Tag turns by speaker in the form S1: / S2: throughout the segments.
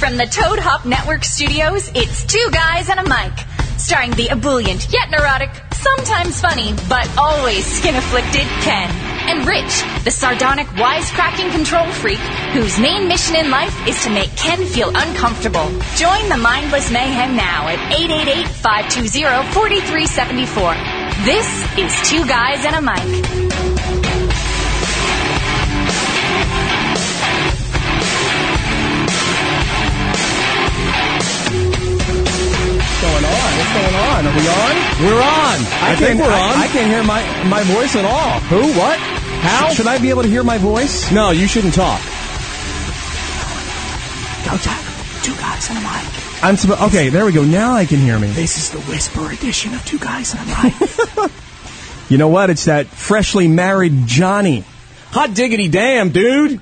S1: From the Toad Hop Network studios, it's Two Guys and a Mic. Starring the ebullient yet neurotic, sometimes funny, but always skin afflicted Ken. And Rich, the sardonic, wisecracking control freak whose main mission in life is to make Ken feel uncomfortable. Join the mindless mayhem now at 888 520 4374. This is Two Guys and a Mic.
S2: What's going on? What's going on? Are we on?
S3: We're on. I,
S2: can't-
S3: think we're
S2: I-
S3: on.
S2: I can't hear my my voice at all.
S3: Who? What? How?
S2: Should I be able to hear my voice?
S3: No, you shouldn't talk.
S4: Don't talk. Two guys and a mic.
S2: I'm supposed. Okay, there we go. Now I can hear me.
S4: This is the whisper edition of Two Guys and a Mic.
S2: You know what? It's that freshly married Johnny.
S3: Hot diggity damn, dude.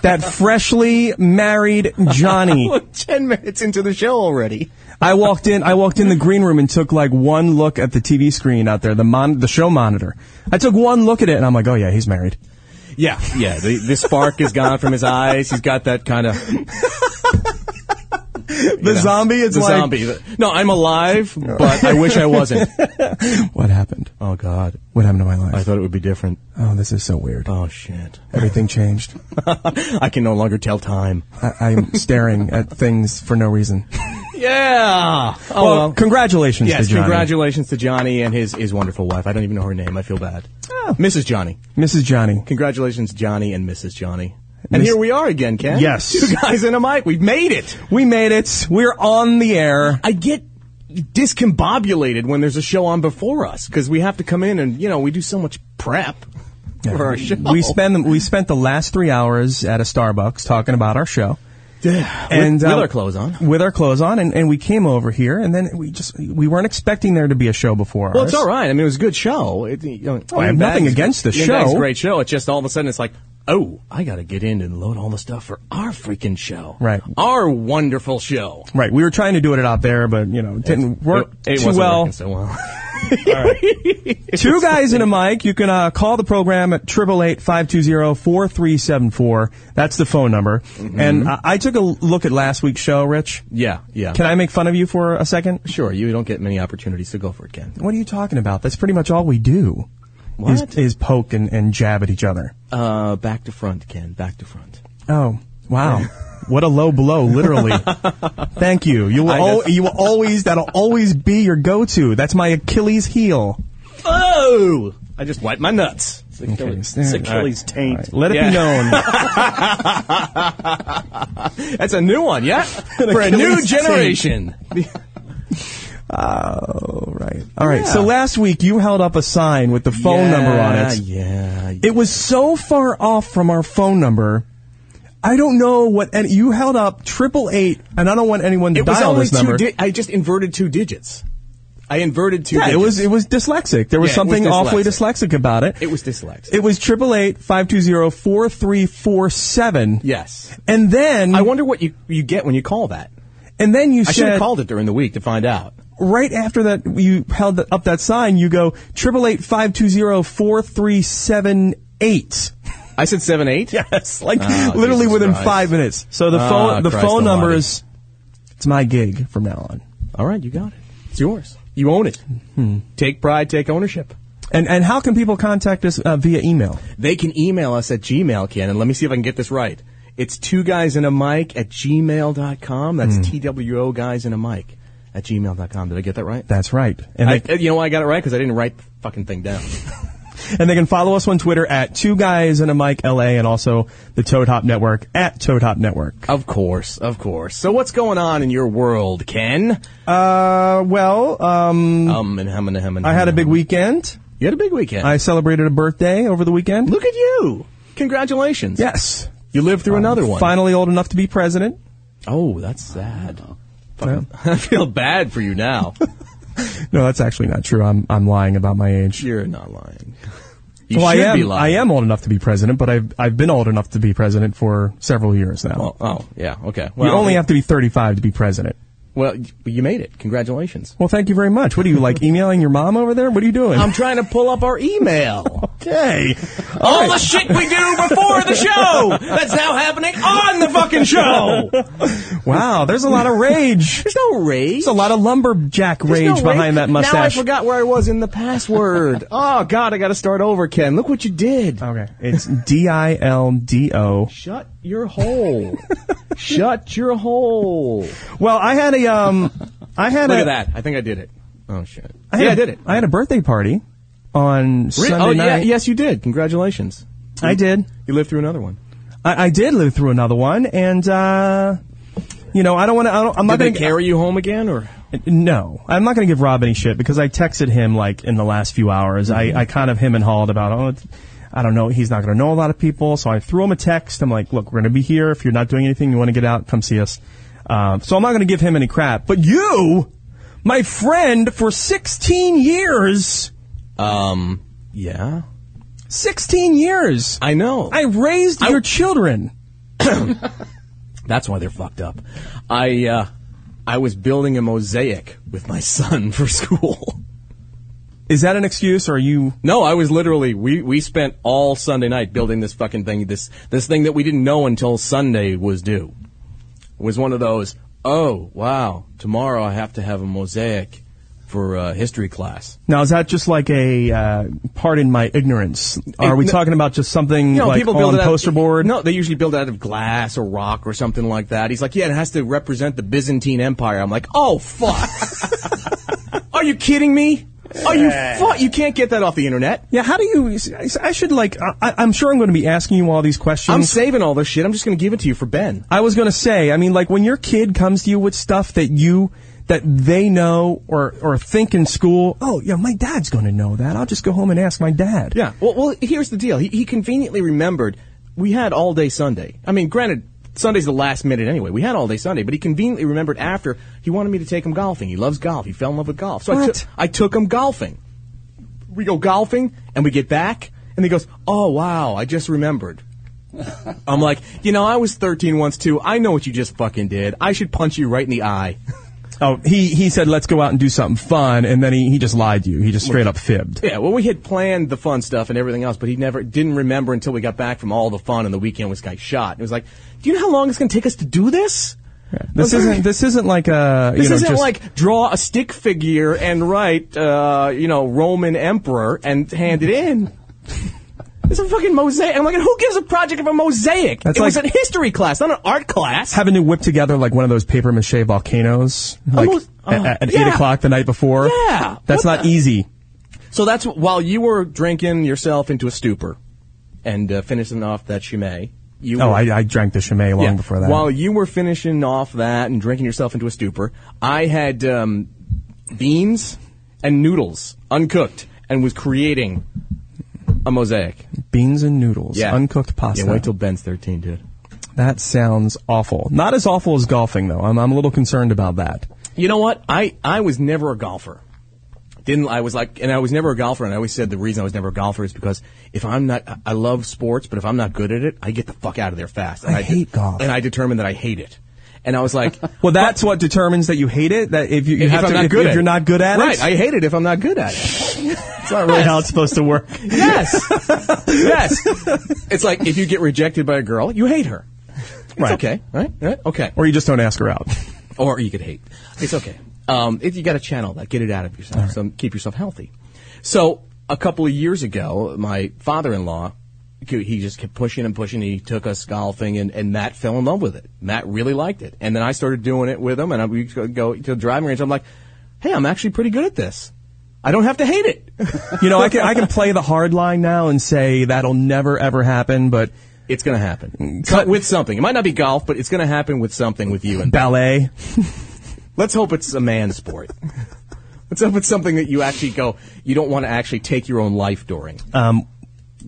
S2: That freshly married Johnny.
S3: Ten minutes into the show already.
S2: I walked in. I walked in the green room and took like one look at the TV screen out there, the mon- the show monitor. I took one look at it and I'm like, oh yeah, he's married.
S3: Yeah, yeah. The, the spark is gone from his eyes. He's got that kind of
S2: The zombie. It's
S3: the
S2: like,
S3: zombie. The- No, I'm alive, but I wish I wasn't.
S2: what happened?
S3: Oh God,
S2: What happened to my life?
S3: I thought it would be different.
S2: oh, this is so weird.
S3: Oh shit,
S2: Everything changed.
S3: I can no longer tell time.
S2: I- I'm staring at things for no reason.
S3: Yeah. Oh
S2: well,
S3: well.
S2: congratulations
S3: Yes,
S2: to Johnny.
S3: congratulations to Johnny and his, his wonderful wife. I don't even know her name. I feel bad. Mrs. Johnny.
S2: Mrs. Johnny.
S3: Congratulations, Johnny and Mrs. Johnny. And
S2: Miss-
S3: here we are again, Ken.
S2: Yes.
S3: Two guys and a mic. We've made it.
S2: We made it. We're on the air.
S3: I get discombobulated when there's a show on before us because we have to come in and, you know, we do so much prep for our show.
S2: We spend we spent the last three hours at a Starbucks talking about our show.
S3: Yeah.
S2: And
S3: with, with
S2: uh,
S3: our clothes on.
S2: With our clothes on, and, and we came over here, and then we just we weren't expecting there to be a show before
S3: Well,
S2: ours.
S3: it's all right. I mean, it was a good show. It, you know,
S2: I have
S3: Ian
S2: Oh, nothing
S3: Baggs-
S2: against the
S3: Ian
S2: show.
S3: Baggs' great show. It's just all of a sudden it's like, oh, I got to get in and load all the stuff for our freaking show.
S2: Right.
S3: Our wonderful show.
S2: Right, we were trying to do it out there, but you know, it didn't work
S3: it, it
S2: too
S3: wasn't
S2: well.
S3: working so well.
S2: Two guys in a mic. You can uh, call the program at triple eight five two zero four three seven four. That's the phone number. And I, I took a look at last week's show, Rich.
S3: Mm-hmm. yeah, yeah.
S2: Can I make fun of you for a second?
S3: Sure, you don't get many opportunities to go for it, Ken.
S2: What are you talking about? That's pretty much all we do. is
S3: What?
S2: is poke and, and jab at each other.
S3: Uh, back to front, Ken. Back to front.
S2: Oh, wow. What a low blow, literally. Thank you. You will,
S3: I
S2: al-
S3: just-
S2: you will always, that'll always be your go-to. That's my Achilles heel.
S3: Oh! I just wiped my nuts. It's Achilles,
S2: Okay,
S3: it's
S2: all right.
S3: Achilles taint.
S2: Let it
S3: Yeah.
S2: be known.
S3: That's a new one, yeah? for a new
S2: Achilles taint.
S3: generation.
S2: Oh, right. All right. So last week you held up a sign with the phone
S3: Yeah,
S2: number on it.
S3: Yeah.
S2: It was so far off from our phone number. I don't know what, and you held up triple eight, and I don't want anyone to
S3: It was
S2: dial
S3: only
S2: this number.
S3: two. Di- I just inverted two digits. I inverted two.
S2: yeah,
S3: digits.
S2: it was it was dyslexic. There was
S3: Yeah, it was
S2: something awfully dyslexic about it.
S3: It was dyslexic.
S2: It was triple eight five two zero four three four seven.
S3: yes.
S2: And then
S3: I wonder what you you get when you call that.
S2: and then you
S3: I should
S2: said
S3: have called it during the week to find out.
S2: right after that you held th- up that sign. You go triple eight five two zero four three seven eight.
S3: I said seven eight.
S2: Yes, like
S3: Oh,
S2: literally
S3: Jesus
S2: within
S3: Christ.
S2: five minutes. So the
S3: Ah,
S2: phone the
S3: Christ
S2: phone number
S3: almighty.
S2: is it's my gig from now on.
S3: All right, you got it. It's yours. You own it.
S2: Hmm.
S3: Take pride. Take ownership.
S2: And and how can people contact us uh, via email?
S3: They can email us at Gmail, Ken, and let me see if I can get this right. It's two guys in a mic at gmail.com. That's
S2: Hmm.
S3: TWO guys in a mic at gmail.com. Did I get that right?
S2: That's right. And
S3: I,
S2: they,
S3: you know why I got it right? Because I didn't write the fucking thing down.
S2: and they can follow us on Twitter at Two Guys and a Mic LA, and also the Toad Hop Network at Toad Hop Network.
S3: Of course, of course. So what's going on in your world, Ken?
S2: Uh, well, um,
S3: Um, and hum and hum and
S2: I had a
S3: hum.
S2: big weekend.
S3: You had a big weekend.
S2: I celebrated a birthday over the weekend.
S3: Look at you! Congratulations.
S2: Yes,
S3: You lived through another one.
S2: Finally old enough to be president.
S3: Oh, that's sad. Fucking- I feel bad for you now.
S2: No, that's actually not true. I'm I'm lying about my age.
S3: You're not lying. You
S2: well, I
S3: should
S2: am.
S3: be lying.
S2: I am old enough to be president, but I've I've been old enough to be president for several years now.
S3: Oh, oh yeah, okay. Well,
S2: you only have to be 35 to be president.
S3: Well, y- you made it. Congratulations.
S2: Well, thank you very much. What are you like emailing your mom over there? What are you doing?
S3: I'm trying to pull up our email.
S2: okay.
S3: All the shit we do before the show that's now happening on the fucking show.
S2: Wow, there's a lot of rage.
S3: There's no rage.
S2: There's a lot of lumberjack
S3: There's
S2: rage
S3: no
S2: behind
S3: rage.
S2: that mustache.
S3: Now I forgot where I was in the password. oh God, I got to start over, Ken. Look what you did.
S2: Okay, it's D I L D O.
S3: Shut your hole. Shut your hole.
S2: Well, I had a um, I had
S3: Look
S2: a
S3: at that. I think I did it. Oh shit.
S2: I had
S3: yeah,
S2: a-
S3: I did it.
S2: I had a birthday party on
S3: Re-
S2: Sunday
S3: oh yeah,
S2: night.
S3: yes you did. Congratulations.
S2: I did.
S3: You lived through another one.
S2: I, I did live through another one, and uh, you know, I don't want to. I don't, I'm not
S3: Did they
S2: going
S3: carry you home again, or
S2: No, I'm not going to give Rob any shit because I texted him like in the last few hours.
S3: Mm-hmm.
S2: I, I kind of him and hauled about oh, it's- I don't know. He's not going to know a lot of people, so I threw him a text. I'm like, look, we're going to be here. If you're not doing anything, you want to get out, come see us. Um, so I'm not going to give him any crap. But you, my friend, for 16 years,
S3: um, yeah,
S2: 16 years,
S3: I know.
S2: I raised your children.
S3: That's why they're fucked up. I uh, I was building a mosaic with my son for school.
S2: Is that an excuse, or are you?
S3: No, I was literally we, we spent all Sunday night building this fucking thing, this this thing that we didn't know until Sunday was due. It was one of those, oh wow, tomorrow I have to have a mosaic for uh, history class.
S2: Now is that just like a uh, pardon my ignorance? Are we
S3: no-
S2: talking about just something
S3: No,
S2: like
S3: people build
S2: on
S3: it out,
S2: poster board?
S3: No, they usually build it out of glass or rock or something like that. He's like, yeah, it has to represent the Byzantine Empire. I'm like, oh fuck. Are you kidding me? Are you fuck? You can't get that off the internet.
S2: Yeah, how do you? I should like. I, I'm sure I'm going to be asking you all these questions.
S3: I'm saving all this shit. I'm just going to give it to you for Ben.
S2: I was going to say. I mean, like when your kid comes to you with stuff that you that they know or or think in school. Oh, yeah, my dad's going to know that. I'll just go home and ask my dad.
S3: Yeah. Well, well here's the deal. He, he conveniently remembered we had all day Sunday. I mean, granted, Sunday's the last minute anyway. We had all day Sunday, but he conveniently remembered after he wanted me to take him golfing. He loves golf. He fell in love with golf. So I,
S2: What?
S3: took I took him golfing. We go golfing and we get back and he goes, "Oh wow, I just remembered." I'm like, you know, I was 13 once too. I know what you just fucking did. I should punch you right in the eye.
S2: Oh, he he said let's go out and do something fun, and then he he just lied to you. He just straight up fibbed.
S3: Yeah, well, we had planned the fun stuff and everything else, but he never didn't remember until we got back from all the fun and the weekend was like shot. It was like, do you know how long it's going to take us to do this?
S2: This isn't this isn't like a you
S3: This
S2: know,
S3: isn't
S2: just-
S3: like draw a stick figure and write, uh, you know, Roman emperor and hand it in. It's a fucking mosaic. I'm like, who gives a project of a mosaic?
S2: That's
S3: it was
S2: like-
S3: a history class, not an art class.
S2: having to whip together like one of those paper mache volcanoes, like
S3: Almost- oh,
S2: at, at eight
S3: yeah.
S2: o'clock the night before.
S3: Yeah.
S2: that's
S3: What
S2: not
S3: the-
S2: easy.
S3: So that's wh- while you were drinking yourself into a stupor and uh, finishing off that chimay. You
S2: Oh,
S3: were-
S2: I, I drank the Chimay long
S3: Yeah.
S2: before that.
S3: While you were finishing off that and drinking yourself into a stupor, I had um, beans and noodles uncooked and was creating a mosaic.
S2: beans and noodles,
S3: Yeah.
S2: uncooked pasta.
S3: Yeah, wait till Ben's 13, dude.
S2: that sounds awful. Not as awful as golfing, though. I'm, I'm a little concerned about that.
S3: You know what? I, I was never a golfer. Didn't I was like, and I was never a golfer, and I always said the reason I was never a golfer is because if I'm not, I- I love sports, but if I'm not good at it, I get the fuck out of there fast. And
S2: I hate golf.
S3: and I determined that I hate it. And I was like,
S2: Well, that's what determines that you hate it. That if you, you
S3: if
S2: have
S3: I'm
S2: to,
S3: not
S2: if,
S3: good
S2: if
S3: at
S2: you're
S3: it.
S2: not good at
S3: right?
S2: it,
S3: I hate it if I'm not good at it.
S2: it's not really how it's supposed to work.
S3: Yes. yes. It's like if you get rejected by a girl, you hate her. It's
S2: Right.
S3: okay. Right? Right? Okay.
S2: Or you just don't ask her out.
S3: Or you could hate. It's okay. Um, if you got to channel that, get it out of yourself. So keep yourself healthy. So a couple of years ago, my father-in-law, he just kept pushing and pushing. He took us golfing, and, and Matt fell in love with it. Matt really liked it, and then I started doing it with him, and I, we go go to the driving range. I'm like, hey, I'm actually pretty good at this. I don't have to hate it.
S2: you know, I can I can play the hard line now and say that'll never ever happen, but
S3: It's going to happen. Cut with something. It might not be golf, but it's going to happen with something with you. And
S2: ballet.
S3: let's hope it's a man sport. let's hope it's something that you actually go. You don't want to actually take your own life during.
S2: Um,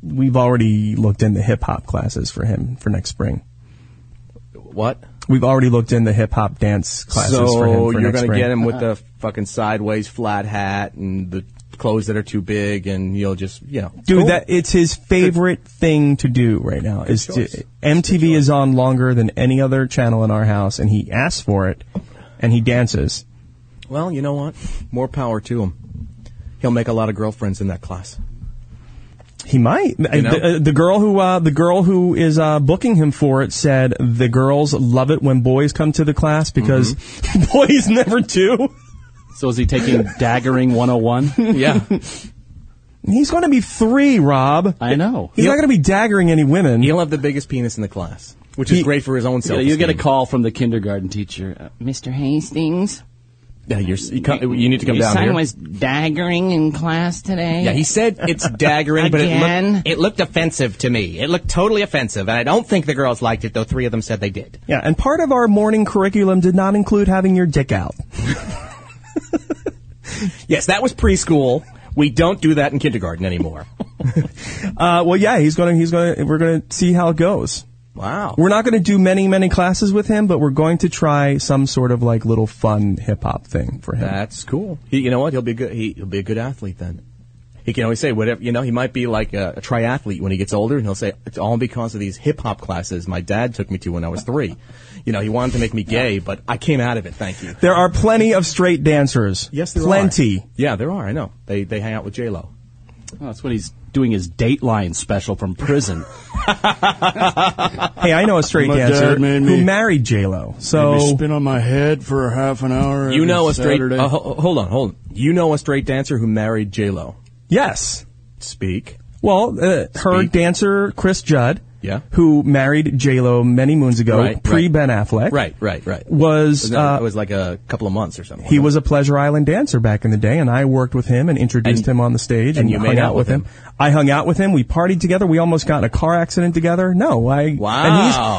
S2: we've already looked into hip hop classes for him for next spring.
S3: what?
S2: We've already looked into hip hop dance classes
S3: So
S2: for him for
S3: you're
S2: next
S3: gonna
S2: spring.
S3: get him with the fucking sideways flat hat and the clothes that are too big, and you'll just you know.
S2: Dude,
S3: Cool.
S2: that it's his favorite thing to do right now. Is to,
S3: choice.
S2: MTV is on longer than any other channel in our house, and he asks for it. and he dances.
S3: Well, you know what? More power to him. He'll make a lot of girlfriends in that class.
S2: He might.
S3: know?
S2: The, uh, the girl who uh, the girl who is uh, booking him for it said the girls love it when boys come to the class because
S3: Mm-hmm.
S2: boys never do.
S5: So is he taking daggering 101?
S3: Yeah.
S2: He's going to be three, Rob.
S5: I know.
S2: He's not going to be daggering any women.
S3: He'll have the biggest penis in the class, which is
S2: He-
S3: great for his own
S5: Yeah,
S3: self.
S5: you get a call from the kindergarten teacher. Uh, Mr. Hastings,
S3: Yeah, you're, you, come, you need to come
S5: your
S3: down
S5: son
S3: here.
S5: was daggering in class today.
S6: Yeah, he said it's daggering, but it
S5: Again?
S6: looked, it looked offensive to me. It looked totally offensive, and I don't think the girls liked it, though three of them said they did.
S2: Yeah, and part of our morning curriculum did not include having your dick out.
S3: Yes, that was preschool. We don't do that in kindergarten anymore.
S2: Uh, well, yeah, he's going to he's going to we're going to see how it goes.
S3: wow.
S2: We're not going to do many many classes with him, but we're going to try some sort of like little fun hip hop thing for him.
S3: That's cool. He, you know what? He'll be a good. He, he'll be a good athlete then. He can always say whatever. You know, he might be like a, a triathlete when he gets older, and he'll say it's all because of these hip hop classes my dad took me to when I was three. You know, he wanted to make me gay, but I came out of it. Thank you.
S2: There are plenty of straight dancers.
S3: Yes, there
S2: plenty.
S3: Are. Yeah, there are. I know. They they hang out with J Lo.
S5: Oh, that's when he's doing his Dateline special from prison.
S2: Hey, I know a straight
S7: My dad
S2: dancer
S7: made
S2: who
S7: me-
S2: married J Lo.
S7: Made me
S2: So
S7: spin on my head for a half an hour.
S3: You know a
S7: every
S3: straight.
S7: Saturday.
S3: Uh, ho- hold on, hold on. You know a straight dancer who married J Lo.
S2: yes,
S3: Speak.
S2: well, uh, her
S3: Speak.
S2: dancer Chris Judd,
S3: Yeah.
S2: who married J Lo many moons ago,
S3: Right,
S2: pre
S3: right.
S2: Ben Affleck,
S3: Right, right, right.
S2: was
S3: It
S2: uh,
S3: was like a couple of months or something.
S2: He was a Pleasure Island dancer back in the day, and I worked with him and introduced
S3: And-
S2: him on the stage
S3: and
S2: and,
S3: you
S2: hung
S3: made
S2: out with him. I hung out with him. We partied together. We almost got in a car accident together. No, I.
S3: Wow.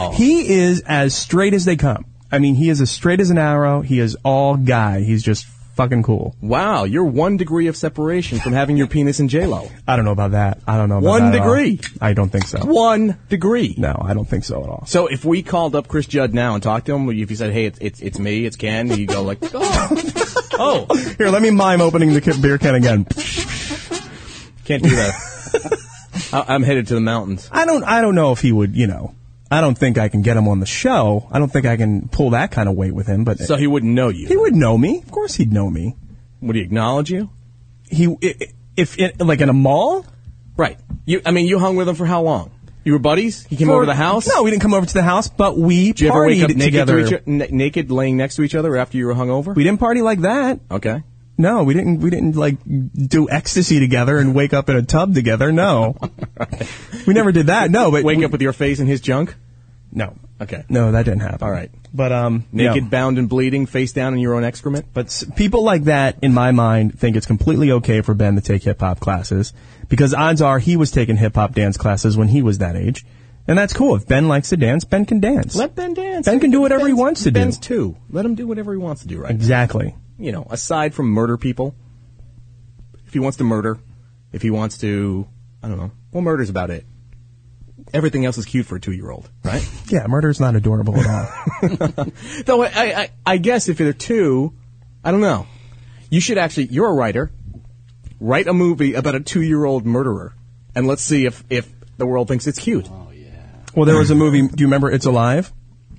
S2: And he's, he is as straight as they come. I mean, he is as straight as an arrow. He is all guy. He's just fucking cool.
S3: Wow, you're one degree of separation from having your penis in J Lo.
S2: I don't know about that. I don't know. About
S3: One
S2: that at all.
S3: degree.
S2: I don't think so.
S3: One degree.
S2: No, I don't think so at all.
S3: So if we called up Chris Judd now and talked to him, if he said, "Hey, it's it's, it's me, it's Ken," you go like, "Oh, oh,
S2: Here, let me mime opening the beer can again.
S3: can't do that." I, I'm headed to the mountains.
S2: I don't. I don't know if he would. You know. I don't think I can get him on the show. I don't think I can pull that kind of weight with him. But
S3: So he wouldn't know you.
S2: He would know me. Of course, he'd know me.
S3: Would he acknowledge you?
S2: He i- i- if in, like in a mall.
S3: Right. You. I mean, you hung with him for how long? You were buddies. He came over to the house.
S2: No, we didn't come over to the house, but we
S3: Did you ever
S2: partied
S3: wake up naked
S2: together.
S3: to each o- na- naked, laying next to each other after you were hungover?
S2: we didn't party like that.
S3: okay.
S2: No, we didn't. We didn't like do ecstasy together and wake up in a tub together. No, we never did that. No, but
S3: Wake up with your face in his junk.
S2: No.
S3: Okay.
S2: No, that didn't happen.
S3: All right.
S2: But um,
S3: Naked,
S2: no.
S3: bound and bleeding, face down in your own excrement.
S2: But s- people like that, in my mind, think it's completely okay for Ben to take hip hop classes because odds are he was taking hip hop dance classes when he was that age, and that's cool. If Ben likes to dance, Ben can dance.
S3: Let Ben dance.
S2: Ben can do whatever he wants to do.
S3: Ben's two. Let him do whatever he wants to do right now.
S2: Exactly.
S3: You know, aside from murder people, if he wants to murder, if he wants to, I don't know. Well, murder's about it. Everything else is cute for a two-year-old, right?
S2: Yeah, murder's not adorable at all.
S3: Though I, I, I guess if they're two, I don't know. You should actually. You're a writer. Write a movie about a two-year-old murderer, and let's see if if the world thinks it's cute.
S2: well, there was a movie. Do you remember It's Alive?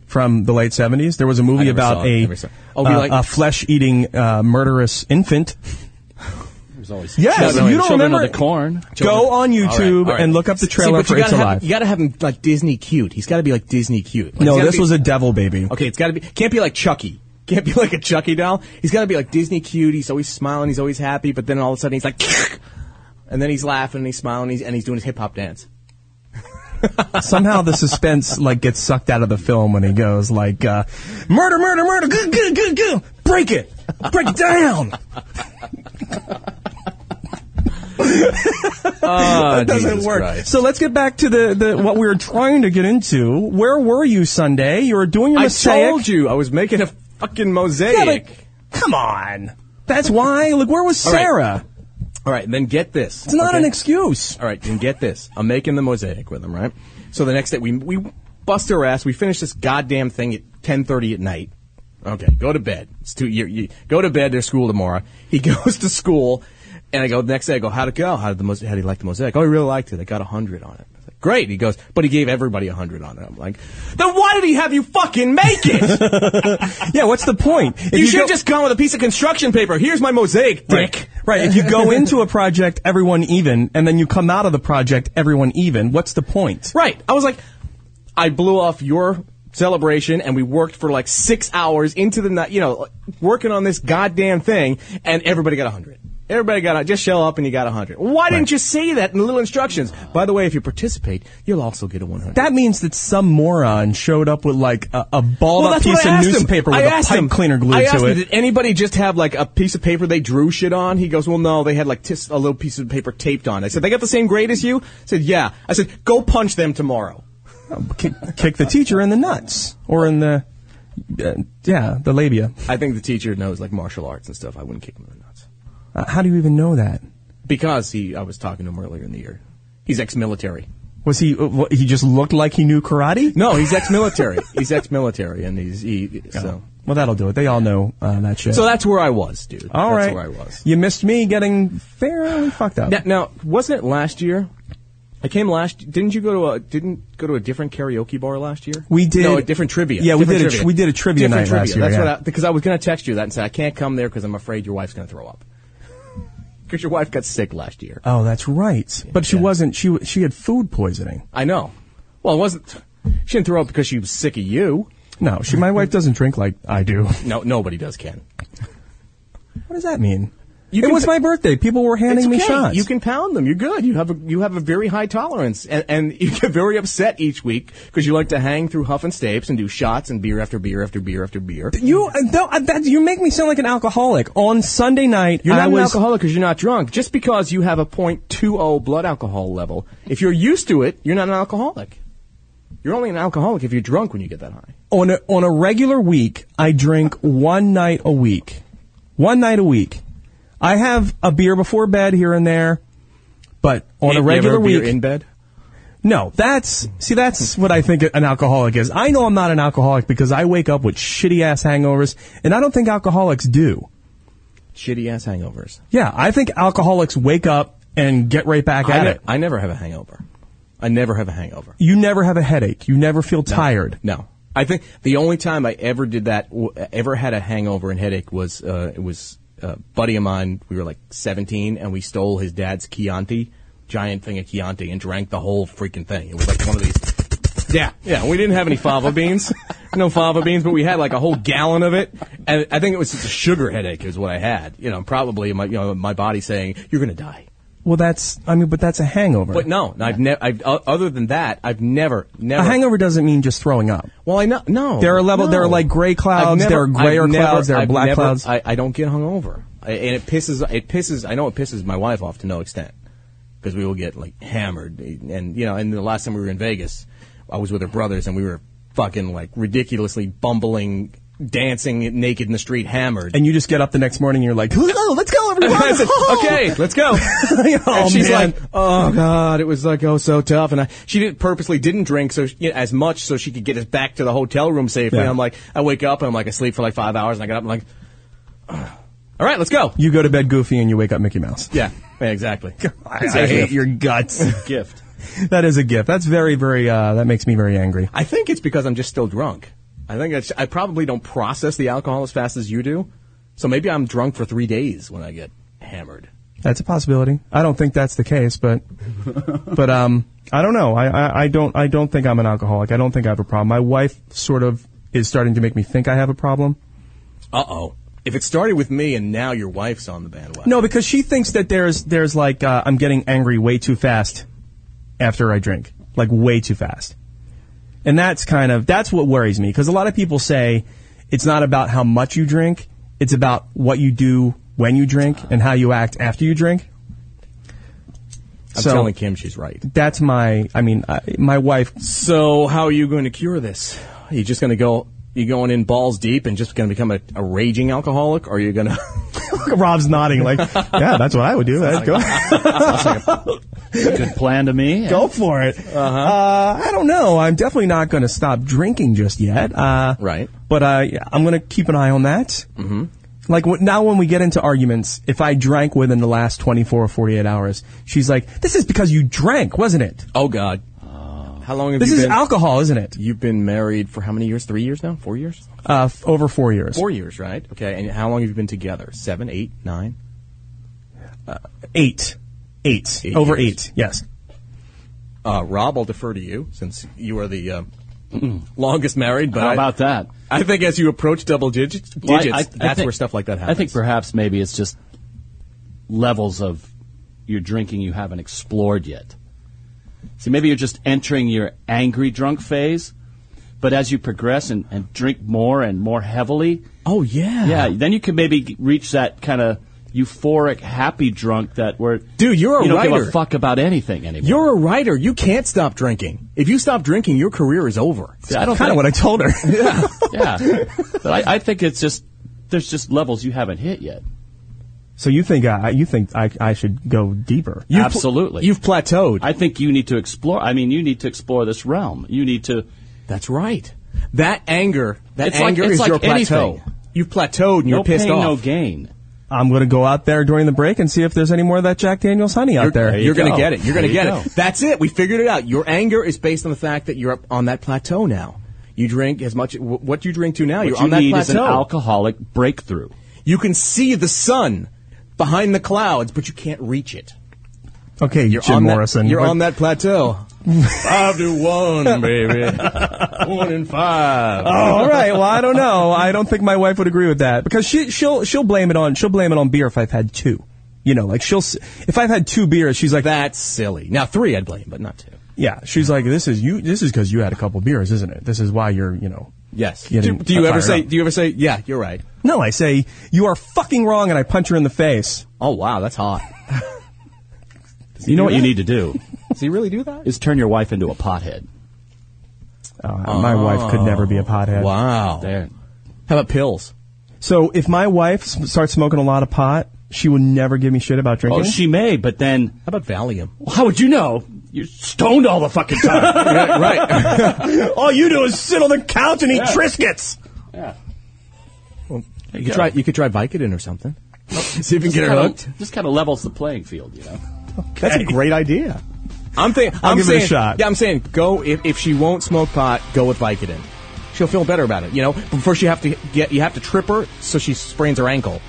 S2: From the late seventies, there was a movie
S3: never
S2: about
S3: saw it,
S2: a
S3: never saw it. Oh, we
S2: uh,
S3: like-
S2: a flesh-eating uh, murderous infant.
S5: There's always
S2: Yes,
S5: children,
S2: you don't
S5: children
S2: remember-
S5: of the corn.
S2: Go on YouTube
S3: All right, all right.
S2: and look up the
S3: See,
S2: trailer
S3: but
S2: for
S3: you
S2: It's
S3: gotta have,
S2: Alive.
S3: You got to have him like Disney cute. He's got to be like Disney cute. Like, he's
S2: no,
S3: gotta
S2: this
S3: be-
S2: was a devil baby.
S3: Okay, it's got to be. Can't be like Chucky. Can't be like a Chucky doll. He's got to be like Disney cute. He's always smiling. He's always happy. But then all of a sudden he's like, and then he's laughing and he's smiling. And he's, and he's doing his hip hop dance.
S2: somehow the suspense like gets sucked out of the film when he goes like uh, murder, murder, murder, good, good, good, good, break it, break it down.
S3: Oh,
S2: Doesn't work. So let's get back to the, the what we were trying to get into. Where were you Sunday? You were doing your
S3: I
S2: mosaic.
S3: told you I was making a fucking mosaic.
S2: Yeah, but come on. That's why. Look, where was
S3: right.
S2: Sarah?
S3: all right, then get this.
S2: It's not an excuse.
S3: All right, then get this. I'm making the mosaic with him, right? So the next day we we bust our ass. We finish this goddamn thing at 10:30 at night. Okay, go to bed. It's too you, you go to bed. There's school tomorrow. He goes to school, and I go the next day. I go, how'd it go? How did the mos- how did he like the mosaic? Oh, he really liked it. I got a hundred on it. I was like, great. He goes, but he gave everybody a hundred on it. I'm like, then why did he have you fucking make it?
S2: Yeah, what's the point? If
S3: you should
S2: go-
S3: have just gone with a piece of construction paper. Here's my mosaic, dick.
S2: Right. Right. If you go into a project, everyone even, and then you come out of the project, everyone even, what's the point?
S3: Right. I was like, I blew off your celebration and we worked for like six hours into the night, you know, working on this goddamn thing and everybody got a hundred. Everybody got a, just show up and you got a hundred. Why didn't you say that in the little instructions? By the way, if you participate, you'll also get a 100.
S2: That means that some moron showed up with like a, a balled
S3: well,
S2: up
S3: that's
S2: piece
S3: what I
S2: of
S3: asked him.
S2: newspaper with
S3: I
S2: a
S3: asked
S2: pipe
S3: him,
S2: cleaner glued
S3: I asked
S2: to
S3: him,
S2: it.
S3: Did anybody just have like a piece of paper they drew shit on? He goes, well, no, they had like tis- a little piece of paper taped on. I said, they got the same grade as you? I said, yeah. I said, go punch them tomorrow.
S2: kick, kick the teacher in the nuts or in the uh, yeah the labia.
S3: I think the teacher knows like martial arts and stuff. I wouldn't kick him in the nuts
S2: Uh, how do you even know that?
S3: because he. I was talking to him earlier in the year. He's ex-military.
S2: Was he? uh, what- He just looked like he knew karate.
S3: No, he's ex-military. he's ex-military, and he's he. So,
S2: Well, that'll do it. They all know uh, that shit.
S3: so that's where I was, dude.
S2: all
S3: that's
S2: right.
S3: where I was.
S2: You missed me getting fairly fucked up.
S3: Now, now, wasn't it last year? I came last. Didn't you go to a? Didn't go to a different karaoke bar last year?
S2: We did-
S3: No, a different trivia.
S2: Yeah, we
S3: Different
S2: did a tr- we did a trivia
S3: different
S2: night
S3: trivia.
S2: last year,
S3: That's
S2: yeah.
S3: what I, because I was going to text you that and say I can't come there because I'm afraid your wife's going to throw up. Because your wife got sick last year.
S2: Oh, that's right. But she
S3: Yeah.
S2: wasn't. She w- she had food poisoning.
S3: I know. Well, it wasn't. She didn't throw up because she was sick of you.
S2: No, she. My wife doesn't drink like I do. What
S3: No, nobody does, Ken.
S2: does that mean?
S3: You
S2: it
S3: can
S2: was
S3: t-
S2: my birthday. People were handing
S3: It's
S2: me
S3: okay.
S2: shots.
S3: You can pound them. You're good. You have a you have a very high tolerance, and, and you get very upset each week because you like to hang through huff and stapes and do shots and beer after beer after beer after beer.
S2: You uh, don't- uh, that, you make me sound like an alcoholic. On Sunday night,
S3: You're
S2: I
S3: not an
S2: was
S3: alcoholic because you're not drunk. Just because you have a .20 blood alcohol level, if you're used to it, you're not an alcoholic. You're only an alcoholic if you're drunk when you get that high.
S2: on a, on a regular week, I drink one night a week. One night a week. I have a beer before bed here and there, but on a
S3: You ever
S2: regular
S3: beer
S2: week,
S3: in bed.
S2: no. That's see, that's what I think an alcoholic is. I know I'm not an alcoholic because I wake up with shitty ass hangovers, and I don't think alcoholics do.
S3: Shitty ass hangovers.
S2: Yeah, I think alcoholics wake up and get right back
S3: I,
S2: at
S3: ne-
S2: it.
S3: I never have a hangover. I never have a hangover.
S2: You never have a headache. You never feel tired.
S3: No. I think the only time I ever did that, w- ever had a hangover and headache was, uh, it was a buddy of mine. We were like 17 and we stole his dad's Chianti, giant thing of Chianti, and drank the whole freaking thing. It was like one of these. Yeah, yeah. We didn't have any fava beans. No fava beans, but we had like a whole gallon of it. And I think it was just a sugar headache is what I had. You know, probably my, you know, my body saying, you're going to die.
S2: Well, that's I mean, but that's a hangover.
S3: But no, I've never, I've, o- other than that, I've never, never.
S2: A hangover doesn't mean just throwing up.
S3: Well, I know. No,
S2: There are level-
S3: Oh, No.
S2: there are, like, gray clouds,
S3: I've
S2: there are grayer
S3: I've
S2: clouds, there are
S3: I've
S2: black
S3: never-
S2: clouds.
S3: I, I don't get hungover, I, and it pisses. It pisses. I know it pisses my wife off to no extent because we will get like hammered, and you know. And the last time we were in Vegas, I was with her brothers, and we were fucking like ridiculously bumbling, dancing naked in the street, hammered.
S2: And you just get up the next morning and you're like, oh, let's go, everyone.
S3: I said, okay, let's go.
S2: Oh,
S3: and she's
S2: man.
S3: like, oh god, it was like oh so tough, and I, she didn't purposely didn't drink so you know, as much so she could get us back to the hotel room safely.
S2: Yeah.
S3: I'm like, I wake up and I'm like asleep for like five hours, and I get up and I'm like, all right, let's go.
S2: You go to bed goofy and you wake up Mickey Mouse.
S3: Yeah, yeah, exactly.
S2: I, I hate your guts.
S3: gift.
S2: that is a gift. That's very, very, uh, that makes me very angry.
S3: I think it's because I'm just still drunk. I think it's, I probably don't process the alcohol as fast as you do, so maybe I'm drunk for three days when I get hammered.
S2: That's a possibility. I don't think that's the case, but, but, um, I don't know. I, I, I don't, I don't think I'm an alcoholic. I don't think I have a problem. My wife sort of is starting to make me think I have a problem.
S3: Uh oh. If it started with me and now your wife's on the bandwagon.
S2: No, because she thinks that there's there's like uh, I'm getting angry way too fast after I drink, like way too fast, and that's kind of that's what worries me because a lot of people say it's not about how much you drink, it's about what you do when you drink and how you act after you drink.
S3: I'm
S2: so-
S3: telling Kim she's right.
S2: That's my, I mean, I, my wife.
S3: So how are you going to cure this? Are you just going to go? You going in balls deep and just going to become a, a raging alcoholic? Or are you going to?
S2: Rob's nodding like, yeah, that's what I would do. I'd go,
S5: Good plan to me.
S2: go for it. Uh-huh. Uh, I don't know. I'm definitely not going to stop drinking just yet. Uh,
S3: Right.
S2: But uh, yeah, I'm going to keep an eye on that. Mm-hmm. Like wh- now, when we get into arguments, if I drank within the last 24 or 48 hours, she's like, "This is because you drank, wasn't it?"
S3: Oh God!
S5: Uh,
S3: How long have
S2: This
S3: you
S2: is
S3: been?
S2: alcohol, isn't it?
S3: You've been married for how many years? Three years now? Four years?
S2: Uh, f- over four years.
S3: Four years, right? Okay. And how long have you been together? Seven, eight, nine?
S5: Uh,
S2: Eight. Eight.
S3: Eight
S2: Over
S3: years.
S2: eight. Yes.
S3: Uh, Rob, I'll defer to you since you are the uh, longest married. But
S5: How
S3: I-
S5: about that?
S3: I think as you approach double digits, digits,
S5: Well, I- I- I
S3: that's
S5: think-
S3: where stuff like that happens.
S5: I think perhaps maybe it's just levels of your drinking you haven't explored yet. See, maybe you're just entering your angry drunk phase, but as you progress and, and drink more and more heavily,
S3: Oh yeah,
S5: yeah, then you can maybe g- reach that kind of euphoric, happy drunk that where
S3: Dude, you're a
S5: you don't give
S3: writer.
S5: a fuck about anything anymore.
S3: You're a writer. You can't stop drinking. If you stop drinking, your career is over.
S5: See, I don't
S2: Kind of
S5: think-
S2: what I told her.
S5: yeah, but I, I think it's just there's just levels you haven't hit yet.
S2: so you think I you think I, I should go deeper?
S3: You pl-
S5: Absolutely.
S3: you've plateaued.
S5: I think you need to explore. I mean, you need to explore this realm. You need to.
S3: That's right. That anger, that
S5: It's like-
S3: anger
S5: it's
S3: is
S5: like
S3: your plateau.
S5: anything.
S3: You've plateaued and
S5: no
S3: you're pissed
S5: pain,
S3: off.
S5: no gain.
S2: I'm going to go out there during the break and see if there's any more of that Jack Daniels honey out there.
S3: You're going to
S5: go.
S3: get it. You're going to
S5: There
S3: get
S5: you
S3: it. That's it. We figured it out. Your anger is based on the fact that you're up on that plateau now. You drink as much. wh- What you drink to now, you're
S5: what
S3: on
S5: you
S3: that
S5: need
S3: plateau.
S5: is an alcoholic breakthrough.
S3: you can see the sun behind the clouds, but you can't reach it.
S2: okay,
S3: You're
S2: Jim
S3: on
S2: Morrison.
S3: That, you're
S2: What-
S3: on that plateau. five to one, baby. one in five.
S2: Oh, all right. Well, I don't know. I don't think my wife would agree with that because she she'll she'll blame it on she'll blame it on beer if I've had two. You know, like she'll s- if I've had two beers, she's like,
S3: That's silly. Now three, I'd blame, but not two.
S2: yeah, she's like, this is you. This is because you had a couple beers, isn't it? This is why you're you know.
S3: Yes. Do,
S2: Getting
S3: do you ever
S2: fired
S3: say?
S2: up.
S3: Do you ever say? Yeah, you're right.
S2: No, I say you are fucking wrong, and I punch her in the face.
S3: Oh wow, that's hot.
S5: You know what you need to do
S3: Does he really do that?
S5: is turn your wife into a pothead.
S2: Uh, my wife could never be a pothead.
S3: Wow.
S5: There.
S3: How about pills?
S2: So if my wife s- starts smoking a lot of pot, she will never give me shit about drinking.
S5: Oh, she may, but then
S3: How about Valium?
S5: how would you know? You're stoned all the fucking time.
S3: right.
S2: All you do is sit on the couch and eat Triscuits.
S3: You could try. You could try Vicodin or something. See if you can get her
S5: Kinda-
S3: hooked.
S5: Just kind of levels the playing field, you know.
S3: That's a great idea. I'm thinking.
S2: I'll
S3: I'm
S2: give it a
S3: saying,
S2: shot.
S3: Yeah, I'm saying go if, if she won't smoke pot, go with Vicodin. She'll feel better about it. You know, but first you have to get you have to trip her so she sprains her ankle.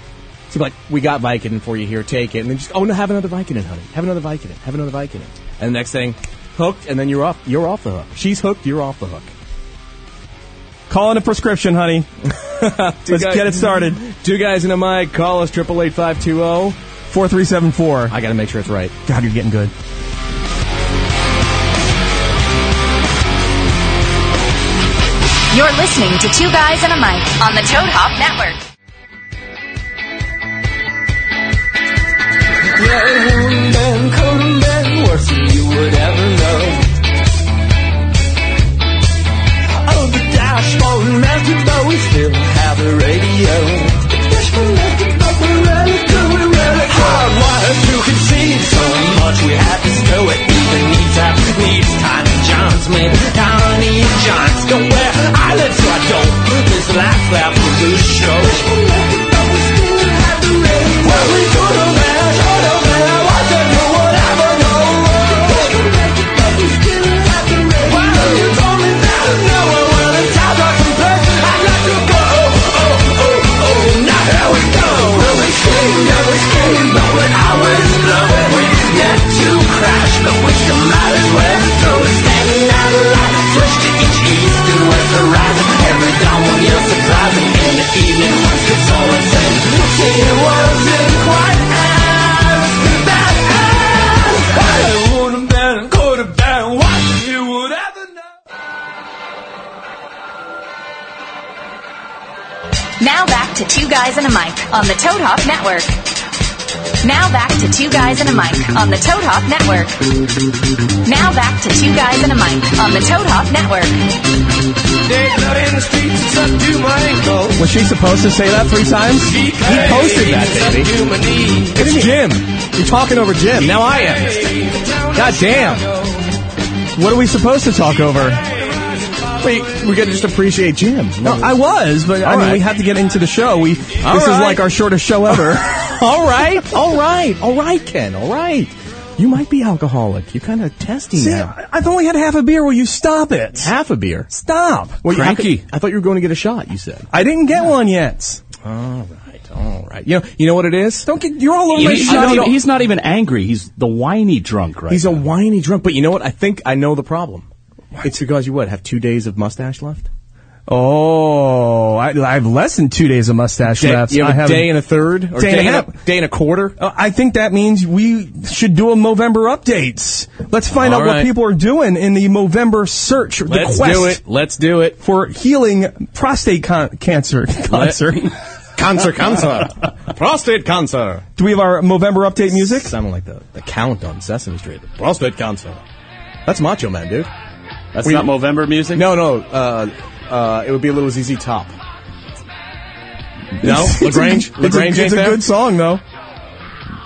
S3: So like, we got Vicodin for you here. Take it, and then just oh no, have another Vicodin, honey. Have another Vicodin. Have another Vicodin. And the next thing, hooked, and then you're off. You're off the hook. She's hooked. You're off the hook.
S2: Call in a prescription, honey. Let's
S3: guys-
S2: get it started.
S3: Two guys in a mic. Call us triple eight five two zero.
S2: Four three seven four.
S3: I got to make sure it's right.
S2: God, you're getting good.
S1: You're listening to Two Guys and a Mic on the Toad Hop Network.
S4: Oh, the dashboard left it, but we still have a radio. The dashboard left it, but we let it go, we let it go. Hardwired to concede so much we had to stow it. Even Nita needs tiny John's men. Tiny John's don't wear eyelids, so I don't. This last lap will do show. Dashboard left it, but we still have the radio. Well, we could have been, could have been. I want to know what I don't know. Dashboard left it, but we still have the radio. Why don't you told me that I know it when the times are compressed. I'd like to go, oh, oh, oh, oh, now here we go. Well, we came, yeah, we came, but when I was blowing, we did get to crash, but we still might as well throw it standing out of line. Switch to each east and west horizon. Every dawn will yield surprising in the evening once it's all the same. See, it wasn't quite as bad as I would have been, could have been, what you would have known.
S1: Now back to Two Guys and a Mic on the Toad Hop Network. Now back to Two Guys and a Mic on the Toad Hop Network. Now back to Two Guys and a Mic on the Toad Hop Network.
S4: There's blood in the streets, it's up to my ankle.
S2: Was she supposed to say that three times?
S4: He
S3: posted that, baby.
S4: Up to my knee.
S3: It's Jim. You're talking over Jim. Now I am. God damn.
S2: What are we supposed to talk over?
S3: We, we got to just appreciate Jim.
S2: No, I was, but I
S3: All
S2: mean,
S3: right.
S2: we have to get into the show. We this is
S3: right.
S2: like our shortest show ever.
S3: all right, all right, all right, Ken, all right. You might be alcoholic. You're kind of testy
S2: See,
S3: now.
S2: I- I've only had half a beer. Will you stop it?
S3: Half a beer.
S2: Stop.
S3: Well, you- I
S5: Cranky.
S3: thought- I thought you were going to get a shot. You said.
S2: I didn't get one yet.
S3: All right. All right. You know. You know what it is.
S2: Don't get. You're all over
S5: He-
S2: my
S5: he's,
S2: shit.
S5: not even, he's not even angry. He's the whiny drunk right
S3: He's a
S5: now.
S3: whiny drunk. But you know what? I think I know the problem. It's because you what have two days of mustache left.
S2: Oh, I, I have less than two days of mustache left.
S3: you have
S2: I
S3: a day and a third, or
S2: Day and a half.
S3: day and a quarter.
S2: Uh, I think that means we should do a Movember updates. Let's find
S3: All
S2: out what
S3: right.
S2: people are doing in the Movember search,
S3: Let's
S2: the quest
S3: do it. Let's do it.
S2: for healing prostate con- cancer. Cancer.
S3: Cancer, cancer, prostate cancer.
S2: do we have our Movember update music?
S3: Sounded like the, the count on Sesame Street. Prostate cancer. That's Macho Man, dude.
S5: That's
S3: We-
S5: not Movember music?
S3: No, no. Uh, uh, it would be a little ZZ Top. No,
S2: It's a-
S3: Lagrange.
S2: it's a-
S3: Lagrange
S2: It's,
S3: ain't
S2: a
S3: there?
S2: good song though.